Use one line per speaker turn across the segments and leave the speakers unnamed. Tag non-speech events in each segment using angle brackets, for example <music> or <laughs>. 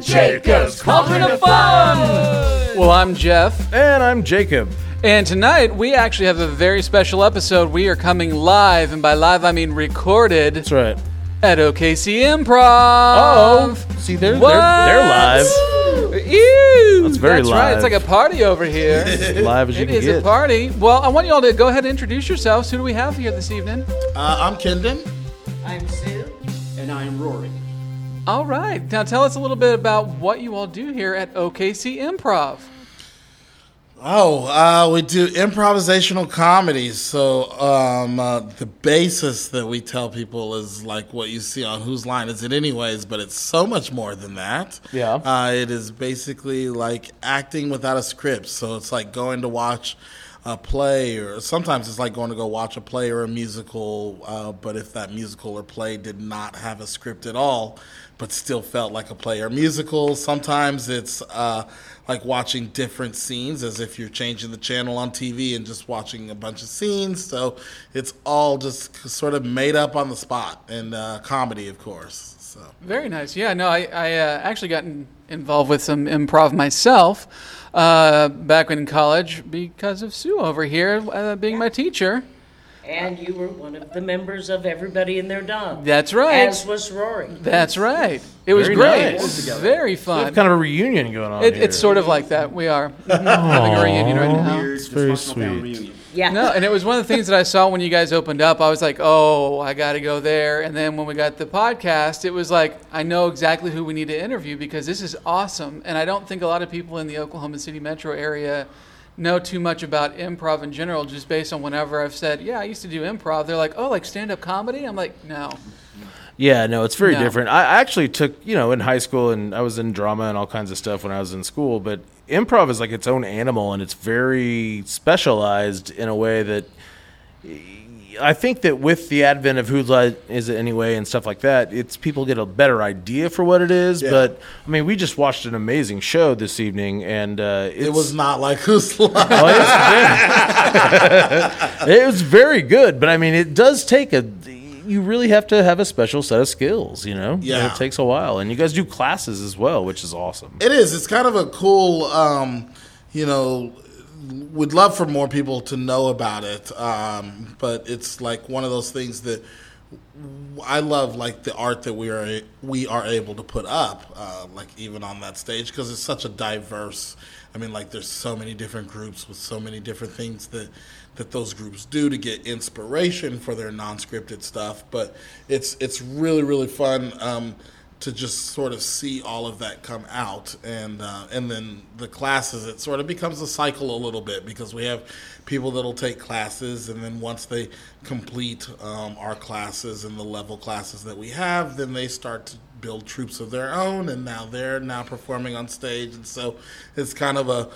Jacob's Cauldron of Fun!
Well, I'm Jeff,
And I'm Jacob.
and tonight we actually have a very special episode. We are coming live, and by live I mean recorded
That's right.
at OKC Improv.
see, they're, they're,
What?
they're live.
Ew!
That's very
right. It's
live.
like a party over
<laughs>
here.
Live as you
it
can
is
get.
a party. Well, I want you all to go ahead and introduce yourselves. Who do we have here this evening?
Uh, I'm Kendon.
I'm Sue. And I'm Rory.
All right. Now tell us a little bit about what you all do here at OKC Improv.
Oh, uh, we do improvisational comedies. So um, uh, the basis that we tell people is like what you see on Whose Line Is It Anyways, but it's so much more than that.
Yeah.
Uh, it is basically like acting without a script. So it's like going to watch a play, or sometimes it's like going to go watch a play or a musical. Uh, but if that musical or play did not have a script at all, but still felt like a play or musical, sometimes it's uh, like watching different scenes as if you're changing the channel on TV and just watching a bunch of scenes. So it's all just sort of made up on the spot and uh, comedy, of course. So.
Very nice. Yeah, no, I, I uh, actually got in, involved with some improv myself uh, back in college because of Sue over here uh, being my teacher.
And you were one of the members of Everybody in Their Dog.
That's right.
As was Rory.
That's right. It was
Very
great. It
nice.
was very fun.
Kind of a reunion going on.
It,
here.
it's sort of like that. We
<laughs>
are having a reunion right now.
It's very sweet.
Yeah.
No, and it was one of the things that I saw when you guys opened up. I was like, oh, I got to go there. And then when we got the podcast, it was like, I know exactly who we need to interview because this is awesome. And I don't think a lot of people in the Oklahoma City metro area know too much about improv in general, just based on whenever I've said, yeah, I used to do improv. They're like, oh, like stand up comedy? I'm like, no.
Yeah, no, it's very
No.
different. I I actually took, you know, in high school and I was in drama and all kinds of stuff when I was in school, but improv is like its own animal and it's very specialized in a way that I think that with the advent of who's Line Is It Anyway and stuff like that, it's people get a better idea for what it is.
Yeah.
But I mean, we just watched an amazing show this evening, and uh, it's,
It was not like <laughs> who's lying.
Oh, it's good. it was very good, but I mean, it does take a. You really have to have a special set of skills, you know. And
Yeah.
it takes a while, and you guys do classes as well, which is awesome.
It is. It's kind of a cool, um, you know, would love for more people to know about it. Um, but it's like one of those things that I love, like the art that we are we are able to put up, uh, like even on that stage, because it's such a diverse. I mean, like there's so many different groups with so many different things that that those groups do to get inspiration for their non-scripted stuff. But it's it's really really fun. Um, to just sort of see all of that come out and uh, and then the classes it sort of becomes a cycle a little bit because we have people that'll take classes and then once they complete um, our classes and the level classes that we have then they start to build troops of their own and now they're now performing on stage and so it's kind of a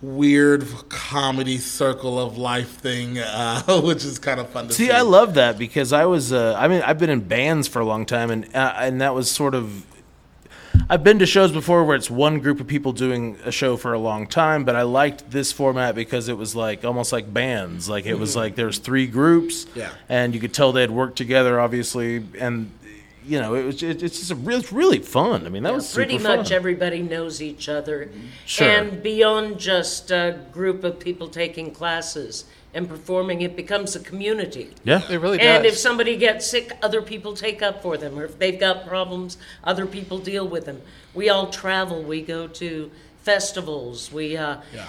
weird comedy circle of life thing uh, <laughs> which is kind of fun to see,
See, I love that because I was. Uh, I mean, I've been in bands for a long time, and uh, and that was sort of. I've been to shows before where it's one group of people doing a show for a long time, but I liked this format because it was like almost like bands. Like it was like there's three groups,
Yeah.
and you could tell they had worked together, obviously, and you know it was it, it's just a real, it's really fun. I mean, that was
Pretty
super
much
fun.
everybody knows each other.
Sure.
And beyond just a group of people taking classes and performing, it becomes a community.
It
yeah.
really
And if
does.
somebody gets sick, other people take up for them. Or if they've got problems, other people deal with them. We all travel. We go to festivals. We uh,
Yeah.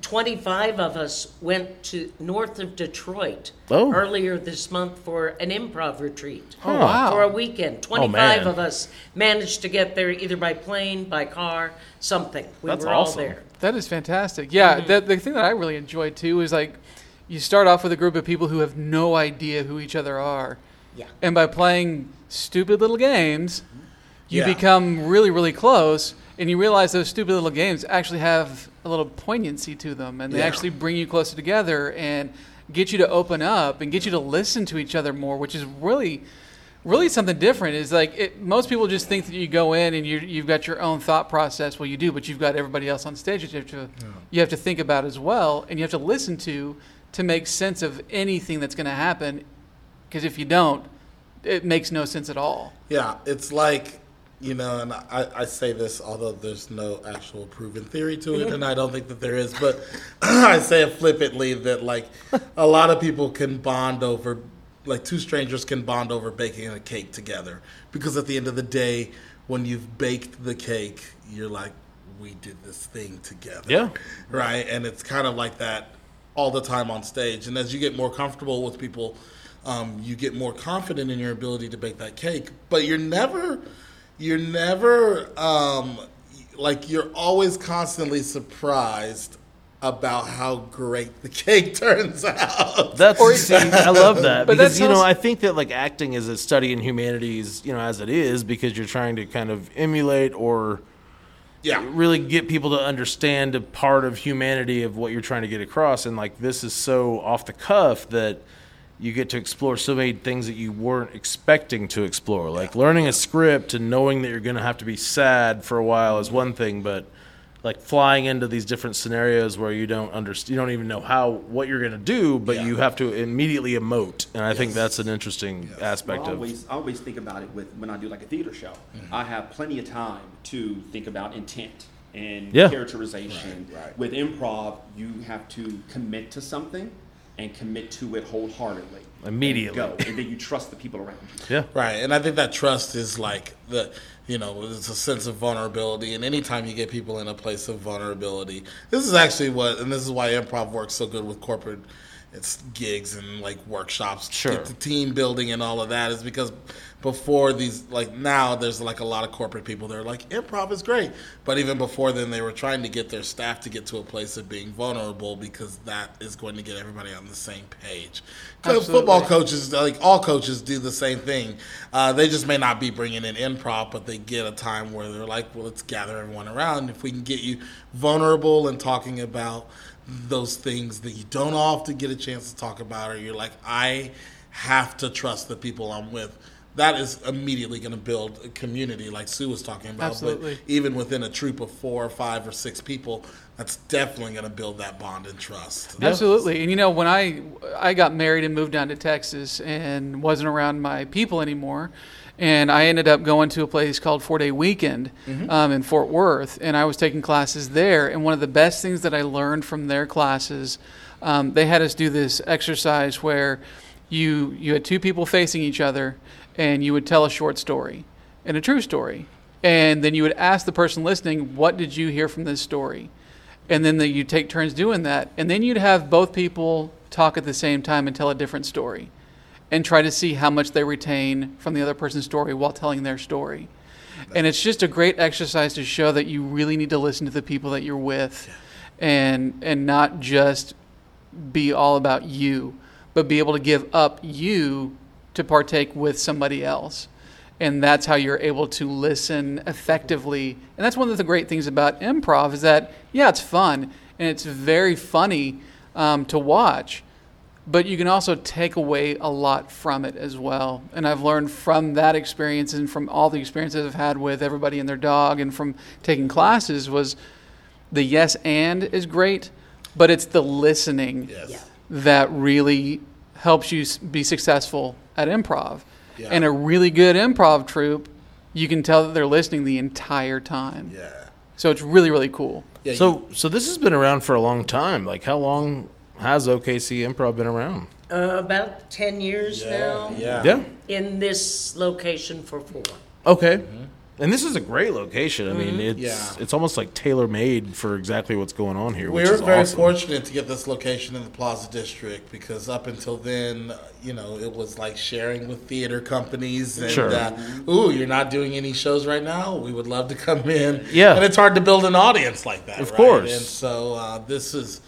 25 of us went to north of Detroit
Oh.
earlier this month for an improv retreat.
Oh, wow.
For a weekend. 25
man.
of us managed to get there either by plane, by car, something. We
That's
were
awesome.
all there.
That is fantastic. Yeah, the, the thing that I really enjoyed too is like you start off with a group of people who have no idea who each other are.
Yeah.
And by playing stupid little games, you
Yeah.
become really, really close, and you realize those stupid little games actually have a little poignancy to them, and they
Yeah.
actually bring you closer together and get you to open up and get you to listen to each other more, which is really, really something different. Is like it, most people just think that you go in and you you've got your own thought process. Well, you do, but you've got everybody else on stage that you have to you have to think about as well, and you have to listen to to make sense of anything that's going to happen because if you don't, it makes no sense at all.
Yeah, it's like you know, and I, I say this, although there's no actual proven theory to it, and I don't think that there is, but <clears throat> I say it flippantly that, like, a lot of people can bond over, like, two strangers can bond over baking a cake together. Because at the end of the day, when you've baked the cake, you're like, we did this thing together.
Yeah.
Right? And it's kind of like that all the time on stage. And as you get more comfortable with people, um, you get more confident in your ability to bake that cake. But you're never, you're never, um, like, you're always constantly surprised about how great the <laughs> cake turns out.
That's <laughs> see, I love that
But
because
that's
you know
also-
I think that like acting is a study in humanities, you know, as it is because you're trying to kind of emulate or
yeah.
really get people to understand a part of humanity of what you're trying to get across and like this is so off the cuff that you get to explore so many things that you weren't expecting to explore like learning a script and knowing that you're going to have to be sad for a while is one thing but like flying into these different scenarios where you don't understand you don't even know how what you're going to do but
Yeah.
you have to immediately emote and i think that's an interesting aspect
I
of
always, I always think about it with when I do like a theater show.
Mm-hmm.
I have plenty of time to think about intent and
Yeah.
characterization.
Right, right.
With improv, you have to commit to something and commit to it wholeheartedly. and
Immediately.
go, and then you trust the people around you.
yeah
Right. And I think that trust is like the, you know, it's a sense of vulnerability. And anytime you get people in a place of vulnerability, this is actually what, and this is why improv works so good with corporate it's gigs and like workshops,
Sure.
the team building and all of that, is because before these, like now, there's like a lot of corporate people that are like, improv is great. But even before then, they were trying to get their staff to get to a place of being vulnerable because that is going to get everybody on the same page. 'Cause
Absolutely.
Football coaches, like all coaches, do the same thing. Uh, they just may not be bringing in improv, but they get a time where they're like, well, let's gather everyone around. If we can get you vulnerable and talking about those things that you don't often get a chance to talk about, or you're like, I have to trust the people I'm with. That is immediately going to build a community, like Sue was talking about. But
Absolutely.
even within a troop of four or five or six people, that's definitely going to build that bond and trust.
Absolutely. And you know, when I I got married and moved down to Texas and wasn't around my people anymore, and I ended up going to a place called Four Day Weekend um, in Fort Worth, and I was taking classes there. And one of the best things that I learned from their classes, um, they had us do this exercise where you you had two people facing each other, and you would tell a short story and a true story, and then you would ask the person listening, "What did you hear from this story?" and then the, you take turns doing that and then you'd have both people talk at the same time and tell a different story and try to see how much they retain from the other person's story while telling their story and it's just a great exercise to show that you really need to listen to the people that you're with and and not just be all about you but be able to give up you to partake with somebody else and that's how you're able to listen effectively and that's one of the great things about improv is that yeah it's fun and it's very funny um, to watch but you can also take away a lot from it as well. And I've learned from that experience and from all the experiences I've had with everybody and their dog and from taking classes was the yes and is great, but it's the listening
Yes.
Yeah.
that really helps you s- be successful at improv.
Yeah.
And a really good improv troupe, you can tell that they're listening the entire time.
Yeah.
So it's really, really cool.
Yeah, you-
so so this has been around for a long time like how long has okc improv been around
Uh, about 10 years now
yeah.
Yeah.
in this location for four.
Okay. And this is a great location. I mean, it's
mm-hmm. Yeah.
it's almost like tailor made for exactly what's going on here.
We
which
were
is
very
awesome.
fortunate to get this location in the Plaza District because up until then, uh, you know, it was like sharing with theater companies and,
Sure.
uh, ooh, you're not doing any shows right now. We would love to come in.
Yeah.
And it's hard to build an audience like that.
Of
right?
course.
And so uh, this has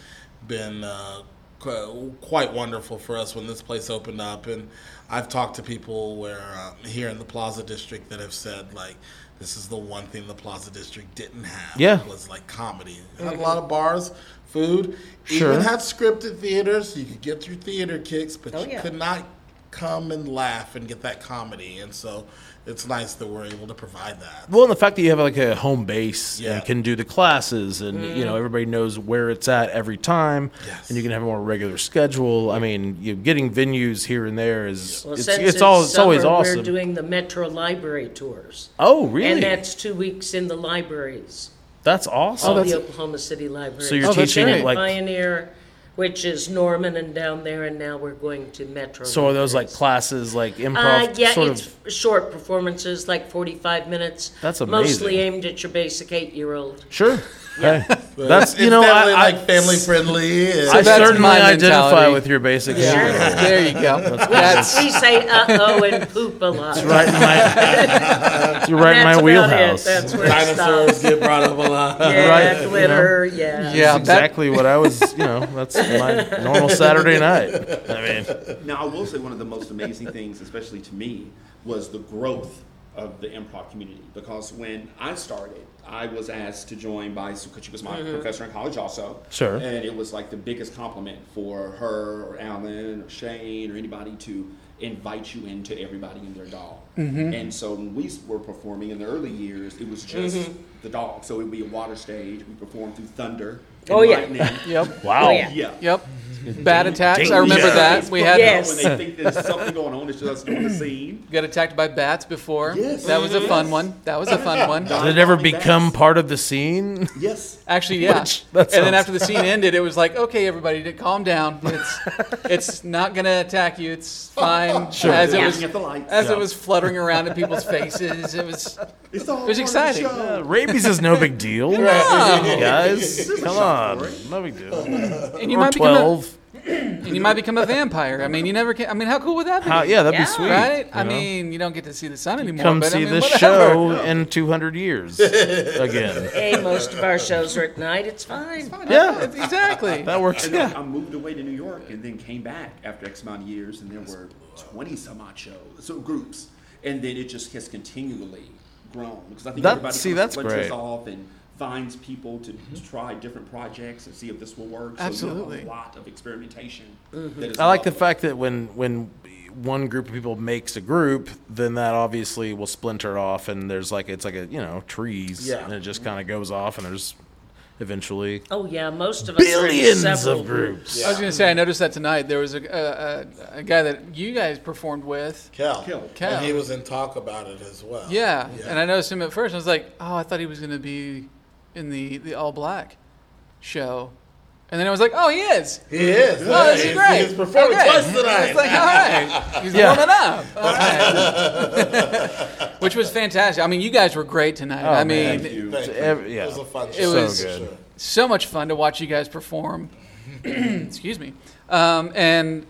been uh, qu- quite wonderful for us when this place opened up. And I've talked to people where um, here in the Plaza District that have said, like, this is the one thing the Plaza District didn't have
Yeah.
was like comedy. It
Mm-hmm.
had a lot of bars, food,
Sure.
even had scripted theaters. You could get your theater kicks, but
Oh,
you
yeah.
could not come and laugh and get that comedy. And so it's nice that we're able to provide that.
Well, and the fact that you have like a home base
Yeah. Mm-hmm.
and can do the classes, and you know everybody knows where it's at every time,
Yes.
and you can have a more regular schedule. I mean, you getting venues here and there is
Well,
it's,
since
it's, all it's always
summer,
awesome.
We're doing the Metro Library tours.
oh, really?
And that's two weeks in the libraries.
Oh, That's awesome.
Oh,
all the
that's-
Oklahoma City libraries.
so you're
Oh, that's
teaching
great.
it like
Pioneer, which is Norman and down there, and now we're going to Metro.
so are those like
libraries.
classes like improv
Uh, yeah,
sort
it's
of
f- short performances, like 45 minutes.
That's
Mostly
amazing.
aimed at your basic eight-year-old.
sure. Hey,
But
that's
it's,
you know
it's
I,
definitely
I-
like family friendly. And,
I
that's
certainly
my
identify
mentality.
with your basic.
Yeah.
shit.
There you go. That's
We say uh-oh and poop a lot. That's
Right in my, it's right in my
about it.
wheelhouse.
That's where it stops.
dinosaurs get brought up a lot. <laughs>
<laughs>
Yeah,
Right, you know.
glitter, yeah.
yeah.
That's
That,
exactly what I was, you know, that's my normal Saturday night. Oh, I mean,
Now, I will say one of the most amazing things, especially to me, was the growth of the improv community. Because when I started, I was asked to join by Sue, 'cause she was my
Mm-hmm.
professor in college also.
Sure.
And it was like the biggest compliment for her or Alan or Shane or anybody to invite you into everybody and their dog. And so when we were performing in the early years, it was just
Mm-hmm.
the dog. So it would be a water stage. We performed through thunder. and
Oh, yeah.
lightning.
<laughs>
yep.
wow.
Oh, yeah.
Yeah.
Yep. Bad attacks. I remember
Yeah.
that. We had
Yes.
When they think there's something going on, it's just on the scene.
got attacked by bats before.
Yes.
That was a fun
Yes.
one. That was a fun one.
Dog
Did it ever
calling backs.
become part of the scene?
Yes.
Actually, yeah.
Which- that
and then
sounds-
after the scene ended, it was like, okay, everybody, d- calm down. It's it's not gonna attack you. It's fine. As it
Yeah.
was
At the lights.
as
Yeah.
it was fluttering around in
<laughs>
people's faces, it was
It's all
It was
part of the
exciting.
show.
Uh, <laughs> rabies is no big deal, guys. Come on, no big deal.
and you
Or
might become
twelve.
a, and you might become a vampire. I mean, you never can. I mean, how cool would that be?
How- yeah, that'd
Yeah.
be sweet.
right?
you
I
know?
mean, you don't get to see the sun anymore.
come
but
see
I mean,
this
whatever.
show in two hundred years again.
Hey, most of our shows are at night. It's fine.
Yeah,
<laughs> Exactly.
that works.
And then
Yeah.
I moved away to New York and then came back after X amount of years, and there were 20 some odd shows, so groups. And then it just has continually grown because I think
That-
everybody
see,
kinda
that's
splinters
great.
off and finds people to, to try different projects and see if this will work. So you
Mm-hmm. Absolutely. Mm-hmm.
have a lot of experimentation. that is
I like the
lovely.
fact that when when one group of people makes a group, then that obviously will splinter off, and there's like it's like a you know trees,
Yeah.
and it just kind of goes off, and there's eventually
Oh, yeah, most of us are in
billions
several
of groups.
I was gonna say I noticed that tonight. There was a a, a, a guy that you guys performed with.
Cal.
Kel.
Kel.
And he was in talk about it as well.
Yeah. and I noticed him at first. and I was like, oh, I thought he was going to be in the, the all black show. And then I was like, oh, he is.
he is.
Oh, this
He's-
is great.
He's performed
Okay.
twice
I
tonight.
was like, all
<laughs>
right. He's
Yeah.
warming up. All right.
<laughs>
<laughs> Which was fantastic. I mean, you guys were great tonight. I
man.
mean,
Thank you.
Thank you.
Every- yeah.
It was a fun show.
It was-
So good.
so much fun to watch you guys perform. <clears throat> Excuse me. Um, and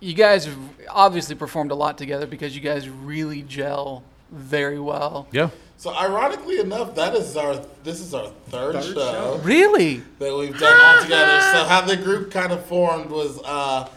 you guys have obviously performed a lot together because you guys really gel very well.
Yeah.
So ironically enough, that is our this is our third,
Third
show,
show.
Really?
that we've done all
<laughs>
together. So how the group kind of formed was uh,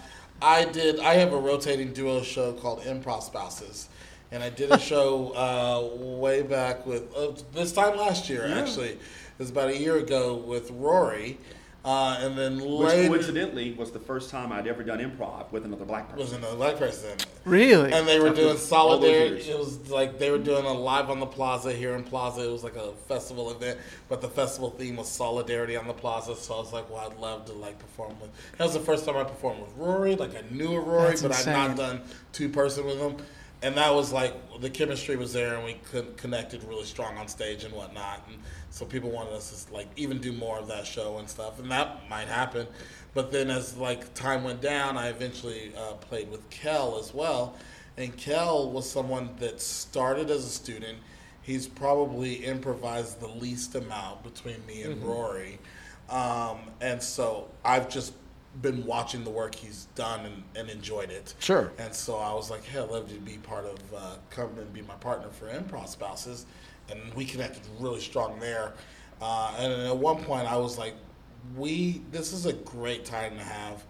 I did I have a rotating duo show called Improv Spouses, and I did
<laughs>
a show uh, way back with uh, this time last year actually. It was about a year ago with Rory, uh, and then
Which
later
coincidentally was the first time I'd ever done improv with another black person.
was another black person.
Really?
And they were
After all
doing
those
solidarity.
years.
It was like they were doing a live on the plaza here in Plaza. It was like a festival event, but the festival theme was solidarity on the plaza. So I was like, well, I'd love to like perform with. That was the first time I performed with Rory. Like I knew a Rory,
That's
but I'd
insane.
not done two person with him. And that was like the chemistry was there, and we con- connected really strong on stage and whatnot. And so people wanted us to like even do more of that show and stuff, and that might happen. But then as like time went down, I eventually uh, played with Kel as well, and Kel was someone that started as a student. He's probably improvised the least amount between me and Rory. Um, and so I've just been watching the work he's done and, and enjoyed it.
Sure.
And so I was like, hey, I'd love to be part of, uh, come and be my partner for Improv Spouses. And we connected really strong there. Uh, and then at one point I was like, we, this is a great time to have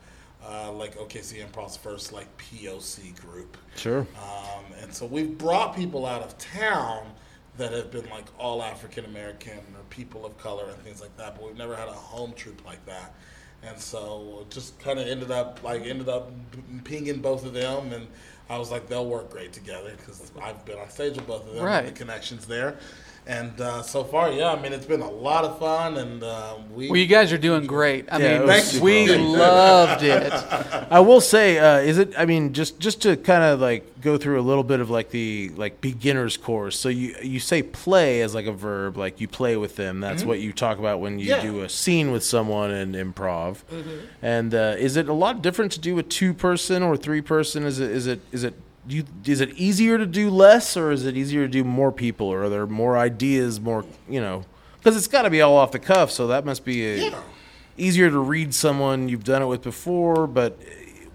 uh, like OKC Improv's first like POC group.
Sure.
Um, and so we've brought people out of town that have been like all African American or people of color and things like that, but we've never had a home troupe like that. and so just kind of ended up like ended up pinging both of them, and I was like, they'll work great together because I've been on stage with both of them, and the
Right.
connections there. And uh, so far, yeah, I mean, it's been a lot of fun, and uh, we.
Well, you guys are doing great. I
Yeah, it
mean,
was
super
we
awesome.
loved <laughs> it.
I will say, uh, is it? I mean, just just to kind of like go through a little bit of like the like beginner's course. So you you say play as like a verb, like you play with them. That's what you talk about when you
Yeah.
do a scene with someone in improv. And uh, is it a lot different to do a two person or three person? Is it is it is it do you, is it easier to do less or is it easier to do more people or are there more ideas more you know because it's got to be all off the cuff so that must be a, easier to read someone you've done it with before but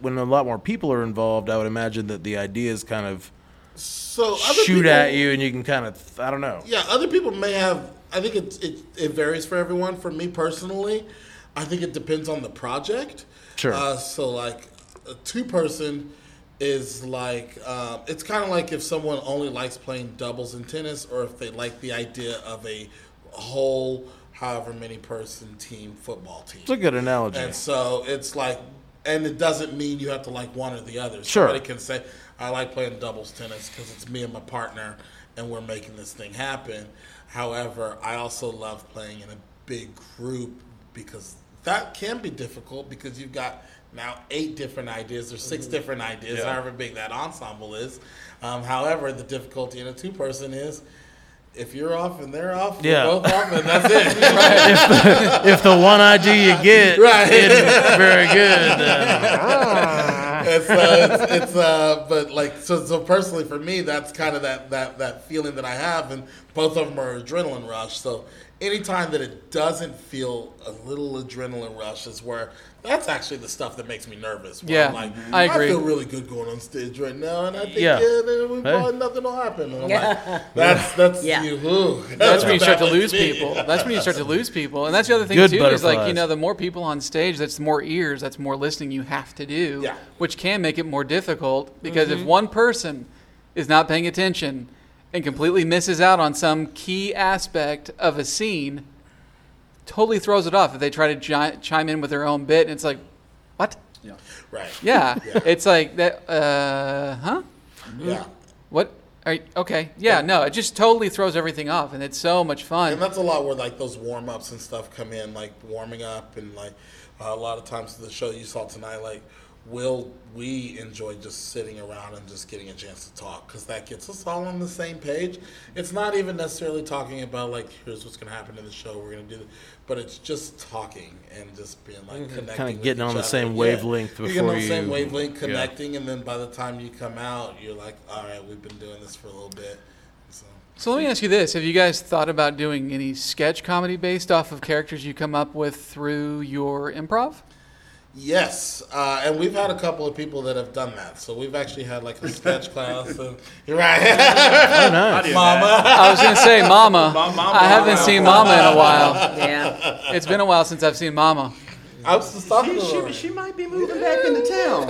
when a lot more people are involved i would imagine that the ideas kind of
so other
shoot
people-
at you and you can kind of i don't know
Yeah, other people may have. I think it, it it varies for everyone. For me personally, I think it depends on the project.
Sure.
Uh, so like a two person is like um, it's kind of like if someone only likes playing doubles in tennis, or if they like the idea of a whole however many person team football team.
it's a good analogy
And so it's like, and it doesn't mean you have to like one or the other.
Sure.
Somebody can say, I like playing doubles tennis because it's me and my partner and we're making this thing happen. However, I also love playing in a big group because that can be difficult because you've got now eight different ideas or 6 different ideas, however big that ensemble is. Um, however, the difficulty in a two person is. If you're off and they're off,
Yeah.
yeah. both off, and that's
<laughs>
it.
if the one idea
<laughs>
you get
Right.
isn't very good uh,
it's, uh, it's, it's uh, but like so, so personally for me that's kind of that, that that feeling that i have and both of them are adrenaline rush so anytime that it doesn't feel a little adrenaline rush is where that's actually the stuff that makes me nervous where
Yeah,
I'm like,
I agree.
feel really good going on stage right now and i think
Yeah.
yeah, then we probably nothing will happen and I'm
Yeah.
like, that's that's
Yeah.
you who
That's when you start to lose people. That's when you start to lose people, and that's the other thing
Good
too. Is like you
butterflies.
know, the more people on stage, that's more ears, that's more listening you have to do,
Yeah.
which can make it more difficult because if one person is not paying attention and completely misses out on some key aspect of a scene, totally throws it off if they try to gi- chime in with their own bit, and it's like, <laughs> what?
Yeah.
right
Yeah, it's like that. Uh, huh?
yeah
What? Are you, okay. Yeah. No, it just totally throws everything off, and it's so much fun.
And that's a lot where like those warm ups and stuff come in, like warming up and like a lot of times the show you saw tonight, like will we enjoy just sitting around and just getting a chance to talk because that gets us all on the same page. It's not even necessarily talking about like here's what's gonna happen in the show, we're gonna do, this, but it's just talking and just being like connecting,
Kinda
with
getting
each
on the
other.
same
Yeah.
wavelength
You're getting on the
before
same
you-
wavelength,
yeah.
connecting, and then by the time you come out, you're like, all right, we've been doing this for a little bit, so.
So let me ask you this: Have you guys thought about doing any sketch comedy based off of characters you come up with through your improv?
Yes, uh, and we've had a couple of people that have done that. So we've actually had like a
<laughs>
sketch class. And, you're right, <laughs>
nice.
Mama.
I was going to say Mama.
Mom- Mom-
I haven't
Mama.
seen Mama in a while.
Yeah.
It's been a while since I've seen Mama.
I was just talking
She,
to her.
she, she might be moving back into town.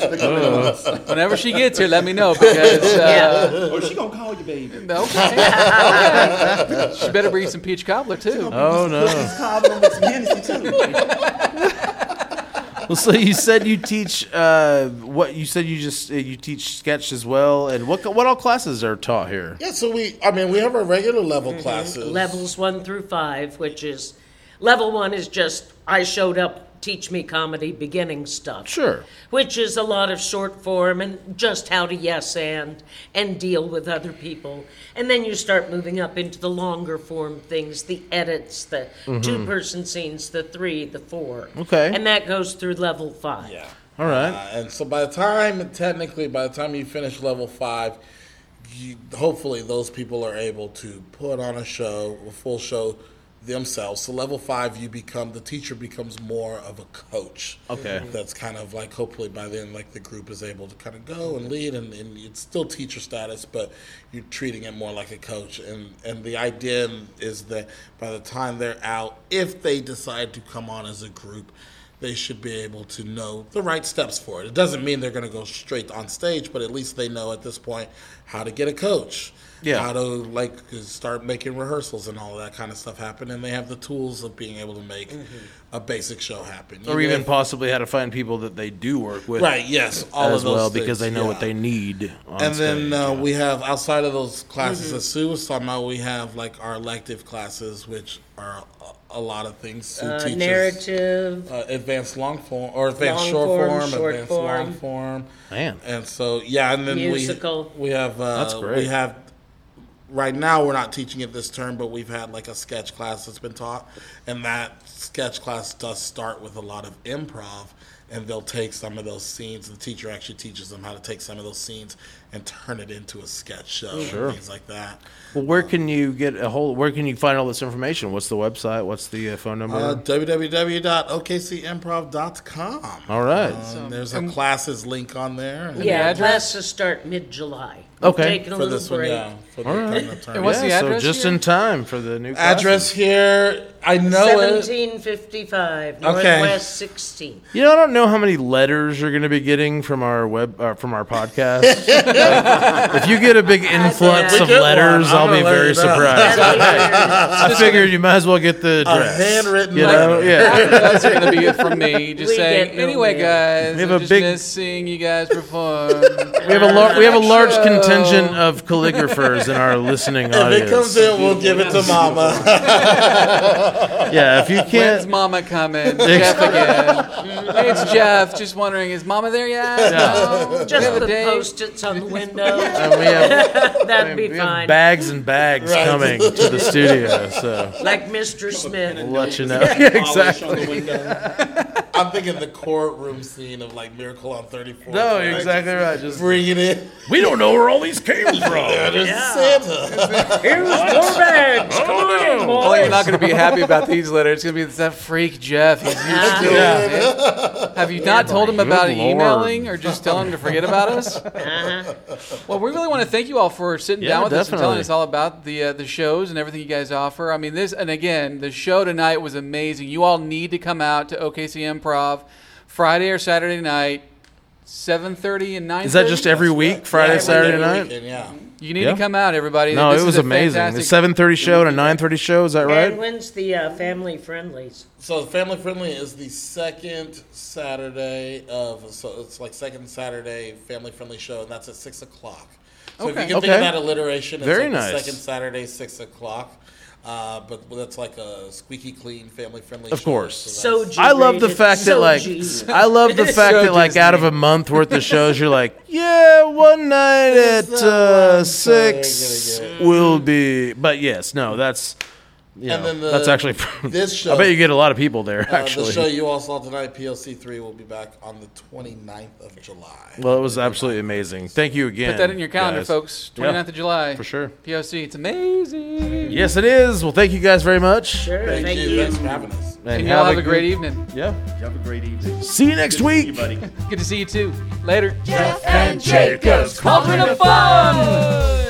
Whenever she gets here, let me know because uh,
<laughs> Or she gonna call you, baby.
okay, okay. she better bring some peach cobbler too.
oh no
<laughs>
She's cobbling with some Hennessy
<laughs>
too.
Well, so you said you teach uh, what you said you just uh, you teach sketch as well, and what what all classes are taught here?
Yeah, so we. I mean, we have our regular level
Mm-hmm.
classes.
Levels one through five, which is level one is just I showed up, teach me comedy beginning stuff.
Sure.
Which is a lot of short form and just how to yes and and deal with other people. And then you start moving up into the longer form things, the edits, the two person scenes, the three, the four.
Mm-hmm. Okay.
And that goes through level five.
Yeah.
All right.
Uh, and so by the time, technically, by the time you finish level five, you, hopefully those people are able to put on a show, a full show themselves. So level five, you become the teacher becomes more of a coach.
Okay.
That's kind of like hopefully by then, like the group is able to kind of go and lead, and, and it's still teacher status, but you're treating it more like a coach. And and the idea is that by the time they're out, if they decide to come on as a group they should be able to know the right steps for it. It doesn't mean they're going to go straight on stage, but at least they know at this point how to get a coach,
Yeah.
how to like start making rehearsals and all that kind of stuff happen. And they have the tools of being able to make a basic show happen,
Mm-hmm. or even
if-
possibly how to find people that they do work with,
right? Yes, all
As
of those
well, because they
things,
know what
yeah
they need. On
and then
stage, yeah.
uh, we have outside of those classes
Mm-hmm.
that Sue was talking about, we have like our elective classes, which are a- a lot of things. Sue
Uh,
teaches
narrative.
uh, advanced long form or advanced
Long
short
form,
form,
short
advanced long
form.
form,
Man.
and so yeah, and then
Musical.
we we have uh,
That's great.
We have right now we're not teaching it this term, but we've had like a sketch class that's been taught, and that sketch class does start with a lot of improv. And they'll take some of those scenes. The teacher actually teaches them how to take some of those scenes and turn it into a sketch show and things like that.
Well, where can you get a whole? Where can you find all this information? What's the website? What's the uh, phone number?
Uh, www.okcimprov.com.
all right.
Um, there's a classes link on there. and-
Yeah,
address?
classes start mid-July.
Okay.
Taking a
for
little
this
break.
one. Yeah, for the
All right.
coming up term.
And what's
yeah,
the
so
address
just
here?
in time for the new
address
classes.
here? I know it.
1755 Northwest 16th.
<laughs>
You know, I don't know how many letters you're going to be getting from our web uh, from our
<laughs>
podcast. Like, if you get a big influx
We
of
get one.
letters,
I'm
I'll
gonna
be
let
very
you know.
surprised. I figured you might as well get the
A
address.
handwritten
you know,
letter.
yeah.
That's going to be it from me. Just
We
saying.
get no
Anyway,
mail.
guys,
We have
I
a
just
big-
miss seeing you guys perform.
We have a lar- we have a large
Show.
contingent of calligraphers in our listening
If it comes
audience.
in, we'll give it to Mama.
Yeah, if you
When's
can't,
Mama
<laughs>
coming? Jeff again. Hey, it's Jeff. Just wondering, is Mama there yet? No.
Just
The other
put
day-
<laughs>
post-its on the window. <laughs>
we have,
That'd be
we have
fine.
bags and bags coming to the studio. So
Like Mr. Smith.
we'll let you know. <laughs> Yeah,
Polish
exactly.
on the window.
<laughs> I'm thinking the courtroom scene of like Miracle on 34.
No,
Like,
you're exactly right. Just
Bring it in.
we don't know where all these came from.
There's Santa.
Here's more bags. Come on,
I feel like Oh, you're
boys.
not going to be happy about these letters. It's going to be that freak Jeff. He's used
Uh-huh,
to it. Have you not told him
Good
about
Lord.
emailing or just tell him to forget about us?
uh-huh.
Well, we really want to thank you all for sitting
Yeah,
down with us and telling
definitely.
us all about the uh, the shows and everything you guys offer. I mean, this and again, the show tonight was amazing. You all need to come out to OKC Improv Friday or Saturday night, seven thirty and nine.
Is that just every week,
<laughs>
Friday, Saturday night?
Weekend, yeah.
You need
Yeah.
to come out, everybody.
No,
This
it
is
was
a
amazing. The
fantastic-
seven thirty show and a nine thirty show. Is that
And
right?
when's the uh, family friendlies?
So family friendly is the second Saturday of so it's like second Saturday family friendly show, and that's at six o'clock. So if
Okay.
you can think of
Okay.
that alliteration, it's
Very
like
nice.
The second Saturday, six o'clock. Uh, but that's like a squeaky clean family friendly.
Of course.
So
uh,
I love the fact that like I love
<laughs>
the fact
So
that like out of a month worth of shows you're like yeah one night at
It's the
uh,
one
six
thing you're
will be but yes no that's yeah
And then the-
that's actually <laughs>
this show-
I bet you get a lot of people there
Uh, the show
actually
you all saw tonight, PLC three, will be back on the 29th of July.
well it was absolutely amazing thank you again
Put that in your calendar,
guys.
folks.
Yeah,
29th of July.
for
<laughs>
sure
POC. It's amazing.
yes it is well thank you guys very much
Sure,
Thank,
thank
you.
you.
Thanks for having us.
And y'all have a great
good-
evening.
yeah
You have a great evening.
see you next week
buddy.
Good to see you too. Later.
Jeff and Jacob's Quadrant of Fun!